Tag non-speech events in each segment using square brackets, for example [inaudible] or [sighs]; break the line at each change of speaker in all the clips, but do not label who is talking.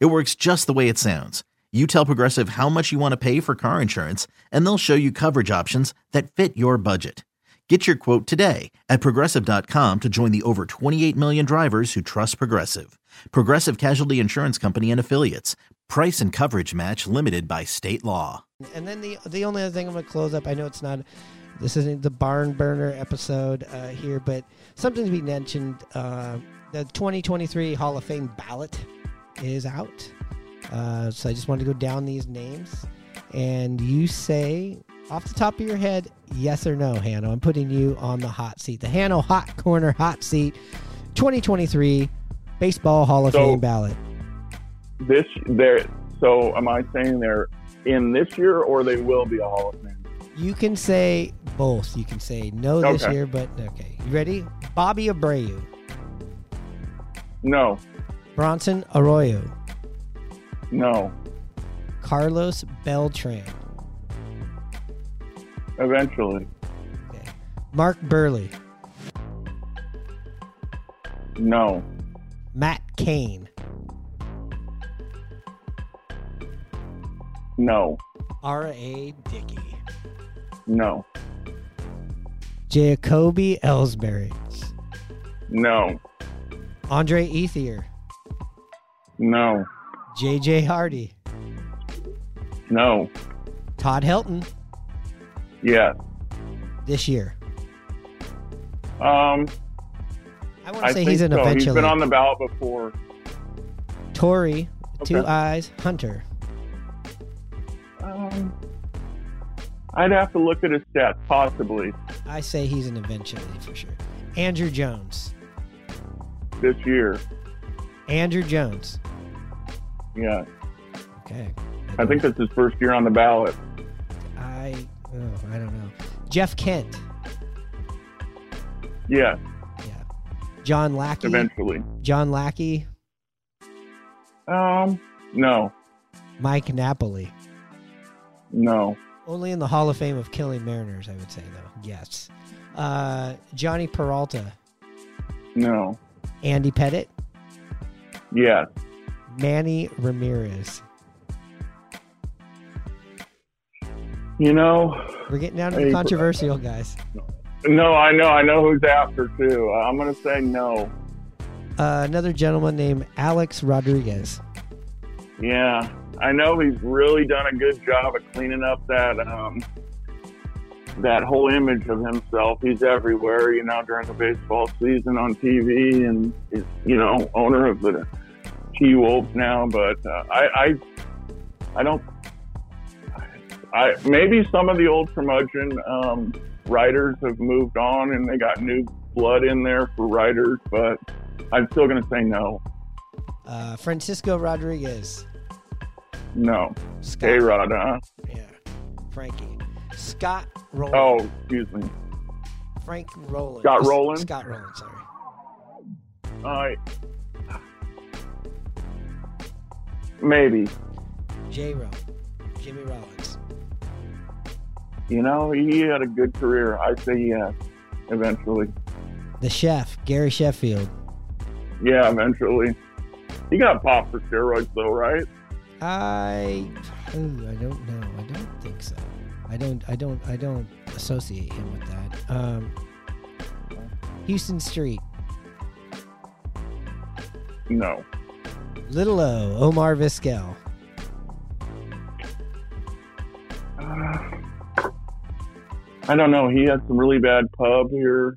It works just the way it sounds. You tell Progressive how much you want to pay for car insurance, and they'll show you coverage options that fit your budget. Get your quote today at progressive.com to join the over 28 million drivers who trust Progressive. Progressive Casualty Insurance Company and Affiliates. Price and coverage match limited by state law.
And then the the only other thing I'm gonna close up. I know it's not, this isn't the barn burner episode uh, here, but something to be mentioned. Uh, the 2023 Hall of Fame ballot is out, uh, so I just wanted to go down these names, and you say off the top of your head, yes or no, Hanno. I'm putting you on the hot seat, the Hanno hot corner hot seat, 2023 baseball Hall of
So-
Fame ballot.
this there so am i saying they're in this year or they will be a hall of fame
You can say both. You can say no this
Okay.
year, but okay. You ready? Bobby Abreu,
no
Bronson Arroyo,
no
Carlos Beltran,
eventually
okay. Mark Burley,
no
Matt Kane,
no
R.A. Dickey,
no
Jacoby Ellsbury,
no
Andre Ethier,
no
J.J. Hardy,
no
Todd Helton
yes
this year.
um
I want
i
to say
think
he's an
so
eventually.
he's been on the ballot before
Tory, two
Okay.
eyes, Hunter.
um i'd have to look at his stats possibly
I say he's an eventually for sure. Andrew Jones.
this year
Andrew Jones.
yeah
Okay.
i think that's his first year on the ballot
I oh, I don't know. Jeff Kent. Yeah.
yes
John Lackey.
eventually
John Lackey.
um no
Mike Napoli.
no
Only in the Hall of Fame of Killing Mariners, I would say though. Yes. Uh, Johnny Peralta.
no
Andy Pettit.
yes
Manny Ramirez.
you know
We're getting down to
Hey,
the
Per-
controversial guys.
No, I know. I know who's after too. Uh, I'm gonna say no.
Uh, another gentleman named Alex Rodriguez.
Yeah, I know he's really done a good job of cleaning up that um, that whole image of himself. He's everywhere, you know, during the baseball season on TV, and he's you know owner of the T Wolves now. But uh, I, I, I don't. I maybe some of the old curmudgeon um, writers have moved on, and they got new blood in there for writers, but. I'm still going to say no.
Uh, Francisco Rodriguez.
No.
Scott.
A Rod, huh?
Yeah. Frankie. Scott Rowland.
Oh, excuse me.
Frank Rowland.
Scott
S-
Rowland?
Scott Rowland, sorry.
I maybe.
J Row. Jimmy Rollins.
You know, he had a good career. I say yes. Eventually.
The chef, Gary Sheffield.
Yeah, eventually. He got popped for steroids though, right?
I ooh, I don't know. I don't think so. I don't I don't I don't associate him with that. Um Houston Street.
No. [sighs]
Little O, Omar Vizquel.
I don't know. He had some really bad pub here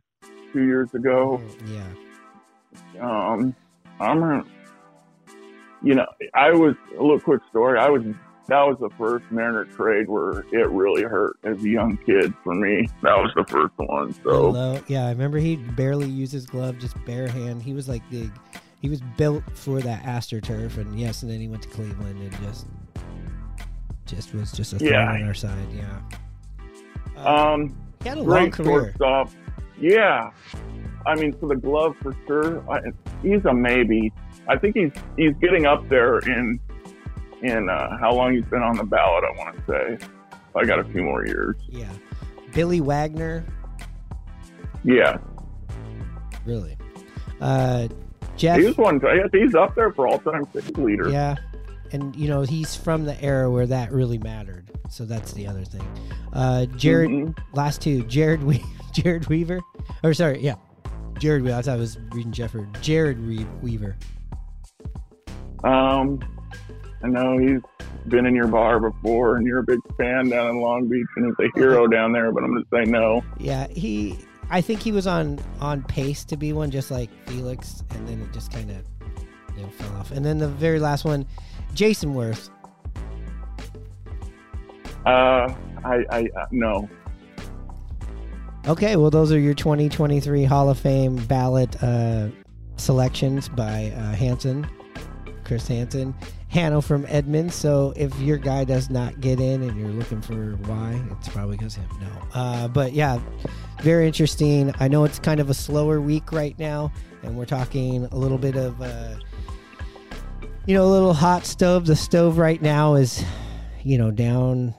two years ago.
Yeah.
um, I'm, a- you know, I was a little quick story. I was that was the first Mariner trade where it really hurt as a young kid for me. That was the first one. So
Little O. Yeah, I remember he barely used his glove, just bare hand. He was like the He was built for that AstroTurf, and yes, and then he went to Cleveland and just just was just a thorn
Yeah.
on our side. Yeah. Uh,
Um,
he had a long
great
career.
shortstop. Yeah, I mean for the glove for sure. I, he's a maybe. I think he's he's getting up there in in uh, how long he's been on the ballot. I want to say I got a few more years.
Yeah. Billy Wagner,
Yeah,
really. Uh, Jeff.
he was one. I guess he's up there for all time six leader.
Yeah. And you know, he's from the era where that really mattered. So that's the other thing. Uh Jared
Mhm.
last two, Jared we- [laughs] Jared Weaver. Or sorry, yeah. Jared Weaver. I thought I was reading Jefford. Jared Re- Weaver.
Um, I know he's been in your bar before, and you're a big fan down in Long Beach, and he's a
[laughs]
hero down there. But I'm going to say no.
Yeah, he I think he was on on pace to be one just like Felix and then it just kind of you know fell off. And then the very last one, Jason Worth.
Uh, I, I uh, no.
Okay, well, those are your 2023 Hall of Fame ballot uh, selections by uh, Hanson, Chris Hanson, Hanno from Edmonds. So if your guy does not get in and you're looking for why, it's probably because him. No, uh, but yeah, very interesting. I know it's kind of a slower week right now, and we're talking a little bit of. Uh, you know, a little hot stove. The stove right now is, you know, down.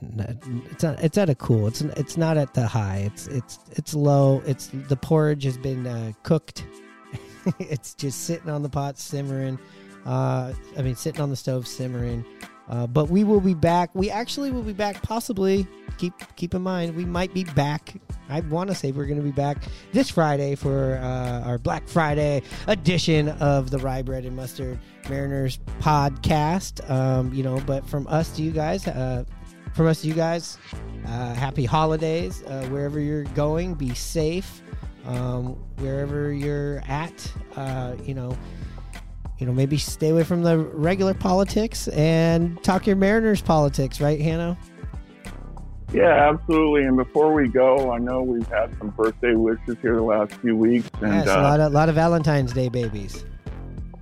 It's not. It's at a cool. It's it's not at the high. It's it's it's low. It's the porridge has been uh, cooked. [laughs] it's just sitting on the pot, simmering. Uh, I mean, sitting on the stove, simmering. Uh, but we will be back. We actually will be back. Possibly keep keep in mind we might be back. I want to say we're going to be back this Friday for uh, our Black Friday edition of the Rye Bread and Mustard Mariners podcast. Um, you know, but from us to you guys, uh, from us to you guys, uh, happy holidays uh, wherever you're going. Be safe um, wherever you're at. Uh, you know you know, maybe stay away from the regular politics and talk your Mariners politics, right, Hanno?
Yeah, absolutely. And before we go, I know we've had some birthday wishes here the last few weeks, and
yes, a
uh,
lot of, lot of Valentine's Day babies.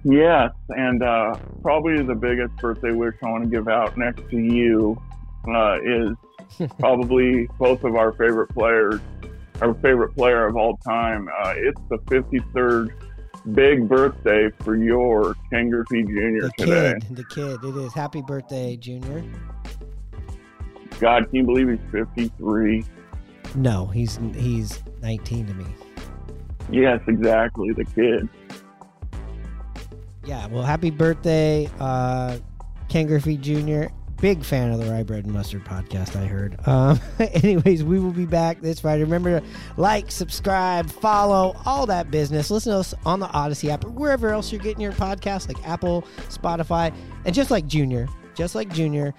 yes, and uh, probably the biggest birthday wish I want to give out next to you uh, is probably both of our favorite players, our favorite player of all time. Uh, it's the 53rd big birthday for your Ken Griffey Jr.
The
today.
kid, the kid. It is. Happy birthday, Junior.
God, can you believe he's 53?
No, he's he's 19 to me.
Yes, exactly. The kid.
Yeah, well, happy birthday, uh, Ken Griffey Jr. Big fan of the Rye Bread and Mustard podcast, I heard. Um, [laughs] anyways, we will be back this Friday. Remember to like, subscribe, follow, all that business. Listen to us on the Odyssey app or wherever else you're getting your podcast, like Apple, Spotify, and just like Junior, just like Junior,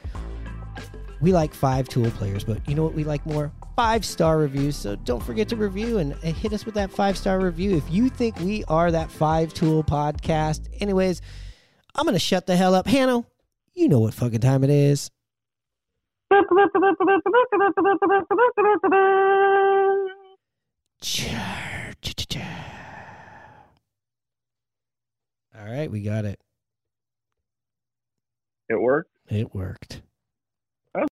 we like five tool players, but you know what we like more? Five star reviews. So don't forget to review and, and hit us with that five star review if you think we are that five tool podcast. Anyways, I'm going to shut the hell up. Hanno, you know what fucking time it is. Char- ch- ch- ch- All right, we got it.
It worked.
It worked.